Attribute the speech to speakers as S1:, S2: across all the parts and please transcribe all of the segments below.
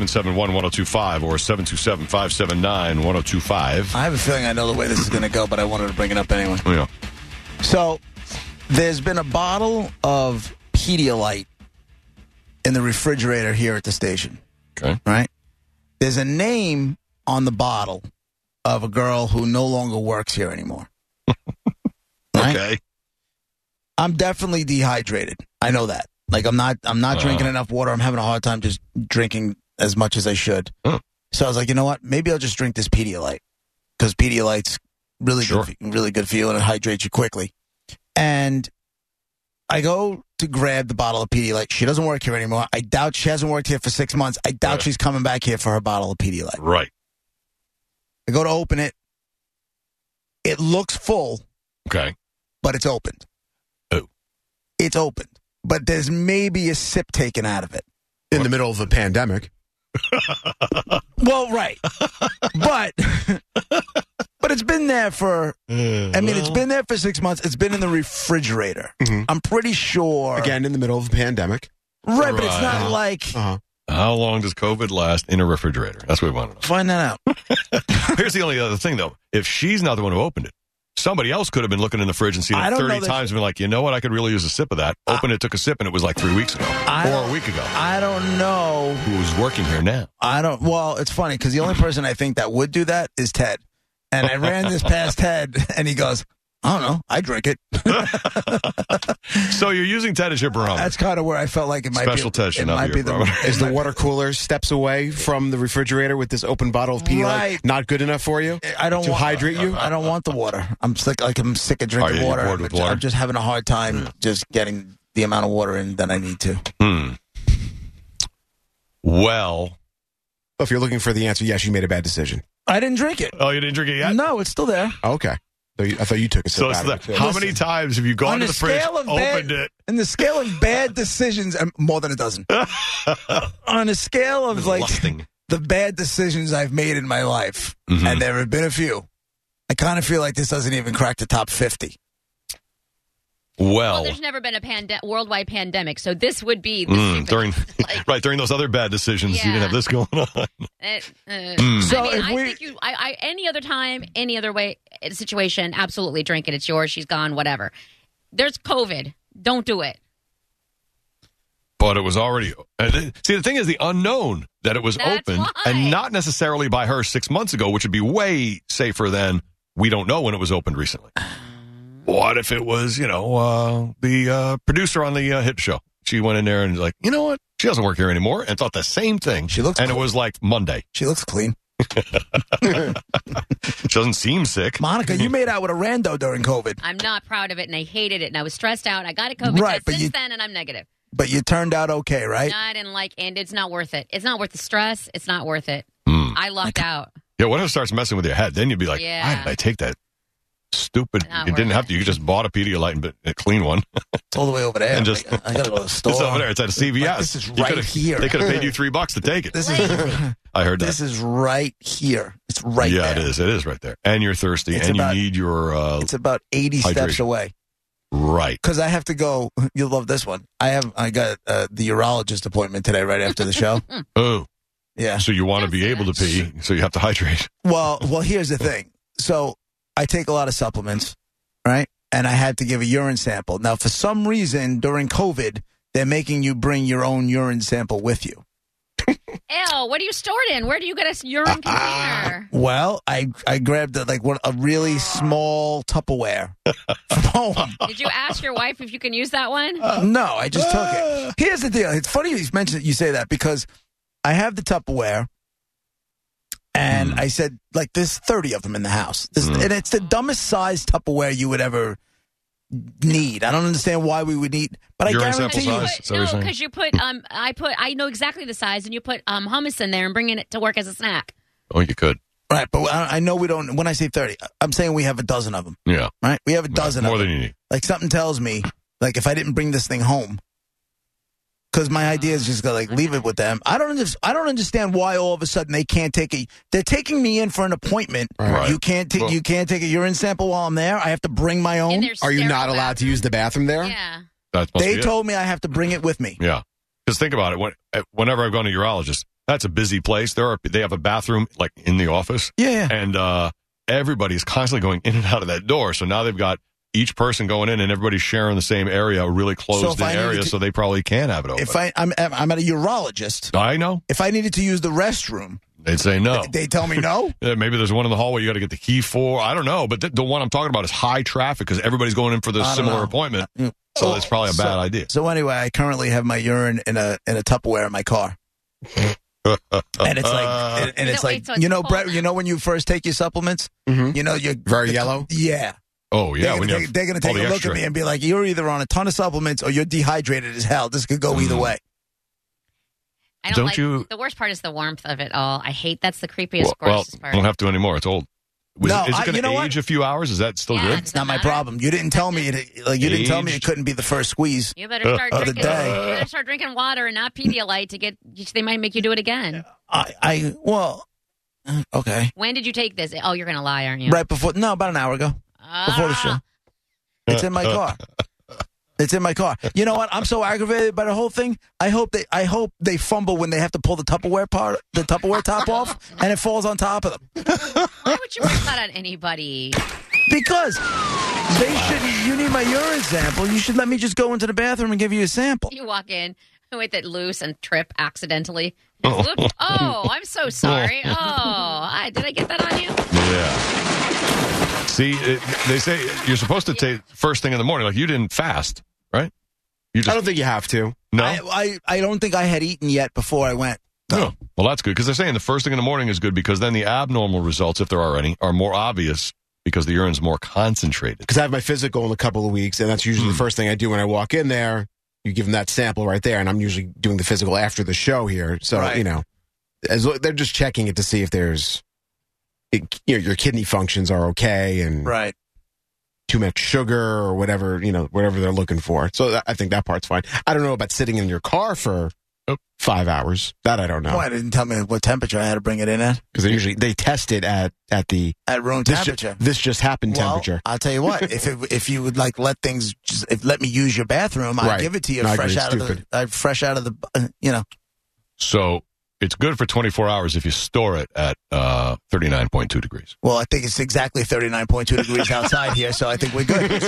S1: 771 1025 or 727 579 1025.
S2: I have a feeling I know the way this is going to go, but I wanted to bring it up anyway.
S1: Yeah.
S2: So, there's been a bottle of Pedialyte in the refrigerator here at the station,
S1: Okay.
S2: right? There's a name on the bottle of a girl who no longer works here anymore. right?
S1: Okay.
S2: I'm definitely dehydrated. I know that. Like I'm not I'm not
S1: Uh.
S2: drinking enough water. I'm having a hard time just drinking as much as I should.
S1: Huh.
S2: So I was like, you know what? Maybe I'll just drink this Pedialyte because Pedialyte's really
S1: Sure.
S2: good, for- really good for you and it hydrates you quickly. And I go to grab the bottle of Pedialyte. She doesn't work here anymore. I doubt she hasn't worked here for six months. I doubt
S1: Right.
S2: she's coming back here for her bottle of Pedialyte.
S1: Right.
S2: I go to open it. It looks full,
S1: Okay.
S2: but it's opened.
S1: Oh.
S2: It's opened, but there's maybe a sip taken out of it.
S3: in the middle of a pandemic.
S2: Well, right, but but it's been there for. I mean, it's been there for six months. It's been in the refrigerator.
S1: Mm-hmm.
S3: Mhm.
S2: I'm pretty sure.
S3: Again, in the middle of a pandemic.
S2: right, but it's not
S1: Right.
S2: like
S3: Uh-huh.
S1: How long does COVID last in a refrigerator? That's what we want to
S2: find that out.
S1: know. Here's the only other thing, though. If she's not the one who opened it, somebody else could have been looking in the fridge and seen
S2: I
S1: it
S2: don't know
S1: 30
S2: that-
S1: times and been like, you know what? I could really use a sip of that. Open it, took a sip, and it was like three weeks ago
S2: I
S1: or
S2: don't-
S1: a week ago.
S2: I don't know.
S1: Who's working here now?
S2: I don't. Well, it's funny because the only person I think that would do that is Ted, and I ran this past Ted, and he goes, "I don't know. I drink it."
S1: So you're using Ted as your barometer.
S2: That's kind of where I felt like it might
S1: Special
S2: be.
S1: Ted should
S2: it
S1: not
S2: might
S1: be
S2: be
S1: your
S2: the,
S1: brother.
S2: it
S3: Is the
S2: might-
S3: water cooler steps away from the refrigerator with this open bottle of pee
S2: Right.
S3: like not good enough for you?
S2: I don't
S3: to
S2: want,
S3: hydrate you?
S2: I don't want the water. I'm sick. Like I'm sick of
S1: Are
S2: drinking
S1: you
S2: water.
S1: bored with
S2: I'm
S1: water?
S2: just having a hard time just getting the amount of water in that I need to.
S1: Hmm. Well,
S3: If you're looking for the answer, yes, you made a bad decision.
S2: I didn't drink it.
S1: oh, you didn't drink it yet?
S2: No, it's still there.
S3: Okay. So you, I thought you took a sip
S1: So it's
S3: out
S1: the,
S3: of it.
S1: how
S2: Listen,
S1: many times have you gone
S2: on
S1: to
S2: the
S1: the fridge,
S2: scale of bad-
S1: opened it?
S2: In the scale of bad decisions, um, more than a dozen. on a scale of like
S1: lusting.
S2: the bad decisions I've made in my life,
S1: Mhm.
S2: and there have been a few. I kind of feel like this doesn't even crack the top fifty.
S4: Well,
S1: Well,
S4: there's never been a pande- worldwide pandemic, so this would be the
S1: mm,
S4: stupid-
S1: during
S4: like-
S1: right during those other bad decisions, you didn't
S4: Yeah.
S1: have this going on.
S4: eh, eh.
S1: Mm.
S2: So
S4: I mean,
S2: if
S4: I
S2: we-
S4: think you, I, I, any other time, any other way, eh, situation, absolutely drink it. It's yours. She's gone. Whatever. There's COVID. Don't do it.
S1: But it was already. and th- See, the thing is, the unknown that it was
S4: That's
S1: open
S4: why.
S1: and not necessarily by her six months ago, which would be way safer than we don't know when it was opened recently. What if it was, you know, uh, the uh, producer on the uh, hit show? She went in there and was like, you know what? She doesn't work here anymore, and thought the same thing.
S2: She looks
S1: and it
S2: cool.
S1: was like Monday.
S2: She looks clean,
S1: She doesn't seem sick.
S2: Monica. You made out with a rando during COVID,
S4: I'm not proud of it, and I hated it, and I was stressed out. I got a COVID
S2: Right,
S4: test
S2: but
S4: since
S2: you-
S4: then, and I'm negative.
S2: but you turned out okay, right?
S4: No, I didn't like, and it's not worth it. It's not worth the stress. It's not worth it.
S1: Hmm.
S4: I lucked out.
S1: Yeah, what if it starts messing with your head? Then you'd be like, why
S4: Yeah.
S1: did I take that stupid?
S4: Not
S1: you didn't
S4: worth
S1: have
S4: it.
S1: to. You just bought a Pedialyte and b- a clean one.
S2: It's all the way over there.
S1: And just-
S2: I gotta go to the store.
S1: It's over there. It's at a CVS.
S2: Like, this is
S1: You
S2: right
S1: could've-
S2: here.
S1: They could have paid you three bucks to take it.
S2: This
S4: Lazy.
S2: is
S1: I heard that.
S2: this is right here. It's right
S1: yeah, it
S2: there.
S1: is. It is right there. And you're thirsty,
S2: It's
S1: and
S2: about-
S1: you need your uh,
S2: It's about eighty steps
S1: Hydration.
S2: away
S1: right.
S2: because I have to go. You'll love this one. I have. I got uh, the urologist appointment today, right after the show.
S1: Oh,
S2: yeah.
S1: so you want to be
S4: That's
S1: able to pee, so you have to hydrate.
S2: Well, well. Here's the thing. So I take a lot of supplements, right? And I had to give a urine sample. Now, for some reason, during COVID, they're making you bring your own urine sample with you.
S4: Ew, what do you store it in? Where do you get a s- urine container?
S2: Well, I I grabbed a, like one a really small Tupperware from home.
S4: Did you ask your wife if you can use that one?
S2: No, I just took
S1: Ah.
S2: it. Here's the deal. It's funny you mentioned you say that because I have the Tupperware, and
S1: Hmm.
S2: I said like there's 30 of them in the house, This- and it's the dumbest size Tupperware you would ever need. I don't understand why we would need, but
S1: Urine
S2: I
S1: sample
S2: guarantee you,
S1: size. Is that what you're
S4: no,
S1: saying?
S4: because you put um, I put I know exactly the size, and you put um hummus in there and bringing it to work as a snack.
S1: Oh, you could.
S2: right? But I, I know we don't. When I say 30, I'm saying we have a dozen of them,
S1: Yeah,
S2: right? We have a dozen.
S1: more
S2: of them.
S1: than you need.
S2: Like something tells me, like if I didn't bring this thing home, because my idea is just go like leave it with them. I don't under- I don't understand why all of a sudden they can't take a. They're taking me in for an appointment.
S1: Right.
S2: You can't take
S1: Well-
S2: you can't take a urine sample while I'm there. I have to bring my
S4: In
S2: own.
S4: their
S3: Are you
S4: sterile
S3: not allowed to use the bathroom there?
S4: bathroom. Yeah.
S1: That must
S2: They
S1: be it.
S2: told me I have to bring it with me.
S1: Yeah, because think about it. When, whenever I've gone to urologist, That's a busy place. There are they have a bathroom like in the office,
S2: Yeah, yeah.
S1: and uh, everybody's constantly going in and out of that door. So now they've got each person going in, and everybody's sharing the same area, a really closed
S2: if I
S1: in
S2: needed
S1: area,
S2: to-
S1: so they probably can have it open.
S2: If I I'm I'm at a urologist,
S1: I know
S2: if I needed to use the restroom,
S1: they'd say no.
S2: they tell me no.
S1: Yeah, maybe there's one in the hallway you got to get the key for. I don't know, but th- the one I'm talking about is high traffic because everybody's going in for this
S2: I don't
S1: similar
S2: know.
S1: appointment.
S2: Mm.
S1: So
S2: Oh,
S1: that's probably a
S2: so-
S1: bad idea.
S2: So anyway, I currently have my urine in a in a Tupperware in my car. And it's
S1: Uh-huh.
S2: like, and, and
S4: No,
S2: it's
S4: wait,
S2: like,
S4: so it's
S2: you know,
S4: full
S2: Brett,
S4: now.
S2: you know, when you first take your supplements,
S3: Mm-hmm.
S2: you know, you're
S3: Very
S2: the-
S3: yellow?
S2: Yeah,
S1: oh yeah,
S2: they're
S1: when
S2: gonna
S1: you
S2: take,
S1: have-
S2: they're gonna
S1: all
S2: take a
S1: the
S2: look
S1: extra.
S2: at me and be like, "You're either on a ton of supplements or you're dehydrated as hell. This could go either
S1: Mm.
S2: way."
S4: I don't,
S1: Don't
S4: like,
S1: you-
S4: The worst part is the warmth of it all. I hate that's the creepiest,
S1: well, well,
S4: grossest part.
S1: don't have to anymore. It's old. Was-
S2: No,
S1: is
S2: I-
S1: it going
S2: you
S1: to
S2: know what?
S1: age a few hours? Is that still
S4: Yeah,
S1: good?
S4: Does
S2: It's not
S4: it
S2: my
S4: matter?
S2: problem. You didn't tell me it. Like you didn't tell me it
S1: Aged.
S2: couldn't be the first squeeze.
S4: you better start
S1: Uh,
S2: of the
S4: drinking.
S2: day.
S4: You better start drinking water and not Pedialyte to get. They might make you do it again.
S2: I, I well, uh, okay.
S4: When did you take this? Oh, you're gonna lie, aren't you?
S2: Right before, no, about an hour ago,
S4: Ah,
S2: before the show. Uh, It's in my car. It's in my car. You know what? I'm so aggravated by the whole thing. I hope they, I hope they fumble when they have to pull the Tupperware part, the Tupperware top off, and it falls on top of them.
S4: Why would you put that on anybody?
S2: Because they should. You need my urine sample. You should let me just go into the bathroom and give you a sample.
S4: You walk in with it loose and trip accidentally. Oops. Oh, I'm so sorry. Oh, I, did I get that on you?
S1: Yeah. See, it, they say you're supposed to take first thing in the morning. Like you didn't fast, right? You
S3: I
S1: just
S3: don't think you have to.
S1: no.
S2: I, I, I don't think I had eaten yet before I went.
S1: Oh, well, that's good because they're saying the first thing in the morning is good because then the abnormal results, if there are any, are more obvious because the urine's more concentrated.
S3: Because I have my physical in a couple of weeks, and that's
S2: Hmm.
S3: usually the first thing I do when I walk in there. You give them that sample right there, and I'm usually doing the physical after the show here. So
S2: Right.
S3: you know, as lo- they're just checking it to see if there's, it, you know, your kidney functions are okay, and
S2: Right.
S3: too much sugar or whatever you know, whatever they're looking for. So that, I think that part's fine. I don't know about sitting in your car for
S1: Oh.
S3: five hours. That I don't
S2: No.
S3: know
S2: Why didn't tell me what temperature I had to bring it in at?
S3: because they usually they test it at at the
S2: At room
S3: this ju-
S2: temperature.
S3: this just happened
S2: Well,
S3: temperature.
S2: I'll tell you what. If it, if you would like let things, just, if let me use your bathroom, I'll
S3: Right.
S2: give it to you
S3: No, I
S2: fresh
S3: agree.
S2: out of
S3: Stupid.
S2: the, uh, fresh out of the, uh, you know.
S1: So it's good for 24 hours if you store it at uh, 39.2 degrees.
S2: Well, I think it's exactly thirty nine point two degrees outside here, so I think we're good.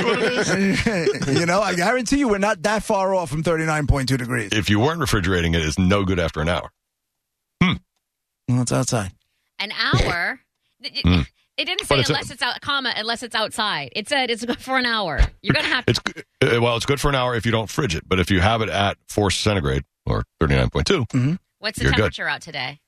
S2: you know, I guarantee you, we're not that far off from thirty nine point two degrees.
S1: If you weren't refrigerating it, it's no good after an hour.
S2: Well, it's outside.
S4: An hour? Th- y-
S1: Mm.
S4: It didn't
S1: But
S4: say
S1: it's a-
S4: unless it's out, comma, unless it's outside. It said it's good for an hour. You're gonna have to.
S1: It's g- uh, well, it's good for an hour if you don't fridge it, but if you have it at four centigrade or 39.2,
S4: What's the
S1: you're good.
S4: temperature out today?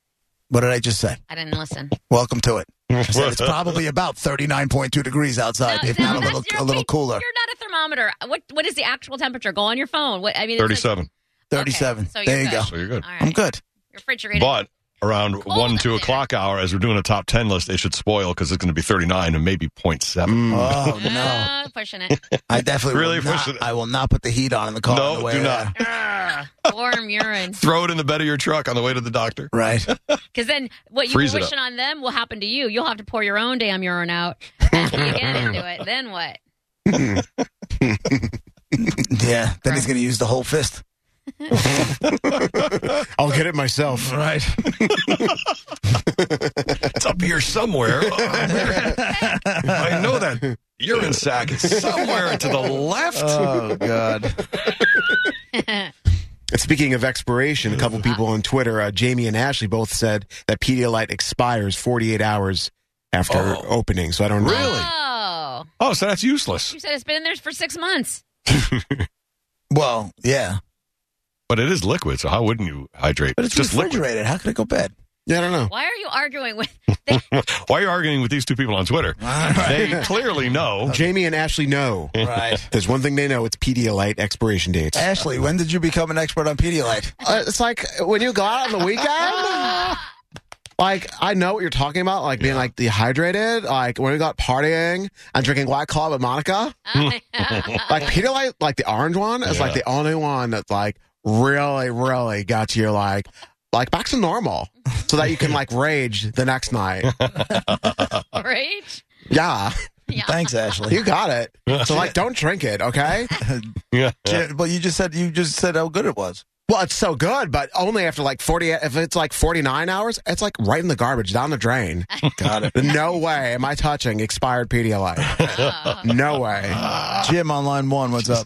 S2: What did I just say?
S4: I didn't listen.
S2: Welcome to it. I said it's probably about thirty nine point two degrees outside,
S4: No,
S2: if
S4: no,
S2: not Uh, a
S4: that's-
S2: little
S4: you're
S2: a little
S4: okay.
S2: cooler.
S4: You're not a thermometer. What What is the actual temperature? Go on your phone. What I mean, it says-
S1: 37.
S2: Thirty seven.
S4: so you're
S2: there you
S4: good.
S2: go.
S1: So you're good.
S4: All
S2: I'm
S4: right,
S2: good.
S4: refrigerator.
S1: But around
S4: Cold
S1: one,
S4: out
S1: two
S4: there.
S1: o'clock hour, as we're doing a top 10 list, it should spoil because it's going to be 39 and maybe Uh, 0.7.
S3: Mm.
S2: Oh no.
S4: Ah, pushing it.
S2: I definitely
S1: Really
S2: will not,
S1: pushing it.
S2: I will not put the heat on in the car. on the
S1: No,
S2: way
S1: do
S2: there.
S1: not.
S4: Warm urine.
S1: Throw it in the bed of your truck on the way to the doctor.
S2: Right.
S4: Because then what you
S1: Freeze
S4: were
S1: it up.
S4: wishing on them will happen to you. You'll have to pour your own damn urine out. After you get into it, then what?
S2: Yeah. Then he's
S4: Right.
S2: going to use the whole fist.
S3: I'll get it myself.
S2: Right.
S1: It's up here somewhere. I know that urine sac is somewhere to the left.
S2: Oh God.
S3: And speaking of expiration, a couple people on Twitter, uh, Jamie and Ashley, both said that Pedialyte expires 48 hours after
S1: Oh.
S3: opening. So I don't know.
S1: Really?
S4: Oh,
S1: Oh, so that's useless.
S4: you said it's been in there for six months.
S2: Well, yeah.
S1: But it is liquid, so how wouldn't you hydrate?
S2: But it's
S1: just liquid.
S2: refrigerated. How could it go bad?
S3: Yeah, I don't know.
S4: Why are you arguing with?
S1: Why are you arguing with these two people on Twitter? They clearly know.
S3: Jamie and Ashley know.
S2: Right.
S3: There's one thing they know: it's Pedialyte expiration dates.
S2: Ashley, when did you become an expert on Pedialyte?
S3: Uh, it's like when you go out on the weekend. Like I know what you're talking about, like being like dehydrated, like when we got partying and drinking White Claw with Monica. like Pedialyte, like the orange one, is like
S1: Yeah.
S3: the only one that like really, really got you like like back to normal, so that you can like rage the next night.
S4: Right?
S3: Yeah,
S4: Yeah.
S2: Thanks, Ashley.
S3: you got it. So like, don't drink it, okay?
S1: Yeah.
S2: Yeah, But you just said you just said how good it was.
S3: Well, it's so good, but only after like 40, if it's like 49 hours, it's like right in the garbage, down the drain.
S2: Got it.
S3: No way am I touching expired Pedialyte.
S4: Oh,
S3: No way.
S2: Jim on line one, what's up?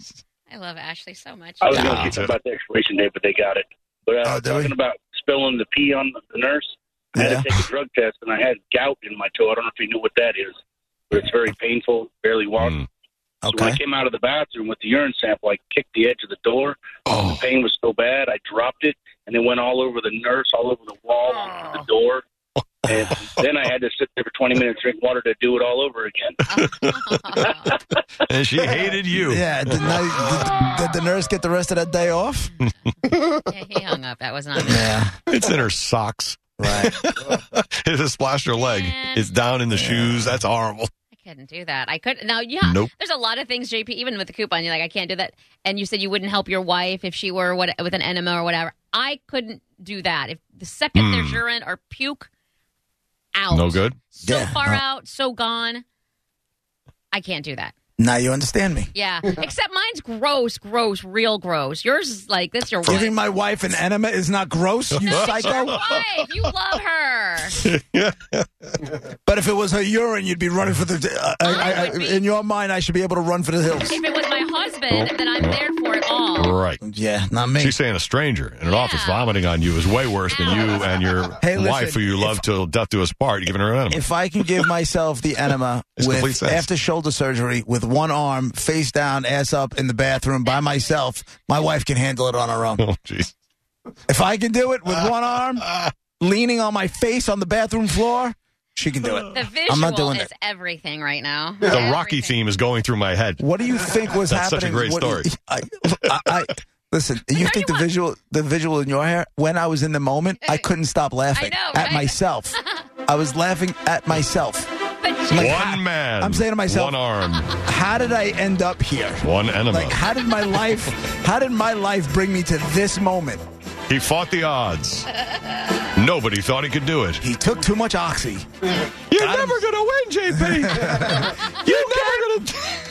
S4: I love Ashley so much.
S5: I was
S3: Yeah.
S5: going to keep it about the expiration date, but they got it. But
S2: Oh,
S5: uh,
S2: did
S5: talking
S2: we?
S5: about spilling the pee on the nurse, I
S2: Yeah.
S5: had to take a drug test, and I had gout in my toe. I don't know if you knew what that is, but it's very painful, barely walk.
S1: Mm.
S5: So when
S2: Okay.
S5: I came out of the bathroom with the urine sample, I kicked the edge of the door. The
S1: Oh,
S5: pain was so bad, I dropped it, and it went all over the nurse, all over the wall, all over the door. And then I had to sit there for 20 minutes, drink water to do it all over again.
S1: and she hated you.
S2: Yeah. Did, not, did, did the nurse get the rest of that day off?
S4: yeah, he hung up. That was not me.
S2: Yeah.
S1: It's in her socks.
S2: Right.
S1: It has splashed her leg.
S4: Man.
S1: It's down in the shoes. That's horrible.
S4: I couldn't do that. I could now. Yeah,
S1: Nope.
S4: there's a lot of things, JP. Even with the coupon, you're like, I can't do that. And you said you wouldn't help your wife if she were what with an enema or whatever. I couldn't do that. If the second there's
S1: Hmm.
S4: urine or puke, out.
S1: No good.
S4: So
S2: Yeah,
S4: far
S2: no.
S4: out, so gone. I can't do that.
S2: Now you understand me.
S4: Yeah. Except mine's gross, gross, real gross. Yours is like this. Your wife.
S2: Giving my wife an enema is not gross, you
S4: No, it's your
S2: psycho.
S4: wife. You love her.
S2: But if it was her urine, you'd be running for the. Uh, I, I,
S4: would be.
S2: in your mind, I should be able to run for the hills.
S4: If it was my husband, then I'm there for it all.
S1: Right.
S2: Yeah, not me.
S1: She's saying a stranger in an
S4: Yeah.
S1: office vomiting on you is way worse than you and your
S2: Hey, listen,
S1: wife, who you love till death do us part. You're giving her an enema.
S2: if I can give myself the enema
S1: It's complete
S2: with
S1: sense.
S2: after shoulder surgery with one arm face down, ass up in the bathroom by myself, my wife can handle it on her own.
S1: oh, jeez.
S2: If I can do it with one arm, leaning on my face on the bathroom floor, she can do it.
S4: The visual
S2: I'm not doing
S4: is
S2: it.
S4: everything right now.
S1: The Rocky theme is going through my head.
S2: What do you think was
S1: That's such a
S2: happening?
S1: great
S2: what-
S1: story.
S2: I, I, I- listen, you think the visual, the visual in your hair? When I was in the moment, I couldn't stop laughing
S4: know,
S2: at
S4: right?
S2: myself. I was laughing at myself.
S4: But
S2: Like, how-
S1: One man.
S2: I'm saying to myself-
S1: one arm,
S2: How did I end up here?
S1: one enema.
S2: Like, how did my life? How did my life bring me to this moment?
S1: he fought the odds. Nobody thought he could do it.
S2: He took too much oxy.
S1: You're never going to win, JP. You're never going to.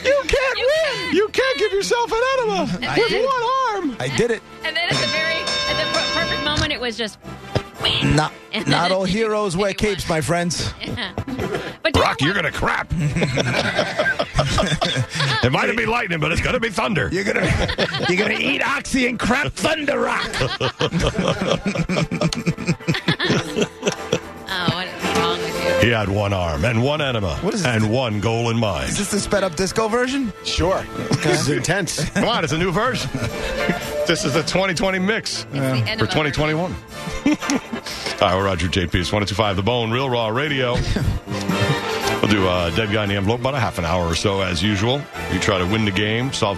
S1: You can't win. You can't give yourself an enema
S2: I with did.
S1: one arm.
S2: I did it.
S4: And then at the very, at the per- perfect moment, it was just.
S2: Not, not all heroes wear capes, my friends.
S4: But do you
S1: Brock,
S4: know
S1: you're going to crap. it might have been lightning, but it's going to be thunder.
S2: You're gonna, you're gonna eat oxy and crap thunder rock.
S4: what- Oh, what is wrong with you?
S1: He had one arm and one enema
S2: What is this?
S1: and one goal in
S2: Is
S1: mind.
S2: this the sped up disco version?
S3: Sure. This is intense.
S1: Come on, it's a new version. this is the 2020 mix
S4: It's the end
S1: for
S4: of our-
S1: 2021. Hi, we're Roger JP. It's 1025 The Bone, Real Raw Radio. we'll do uh, Dead Guy in the Envelope about a half an hour or so, as usual. We try to win the game, solve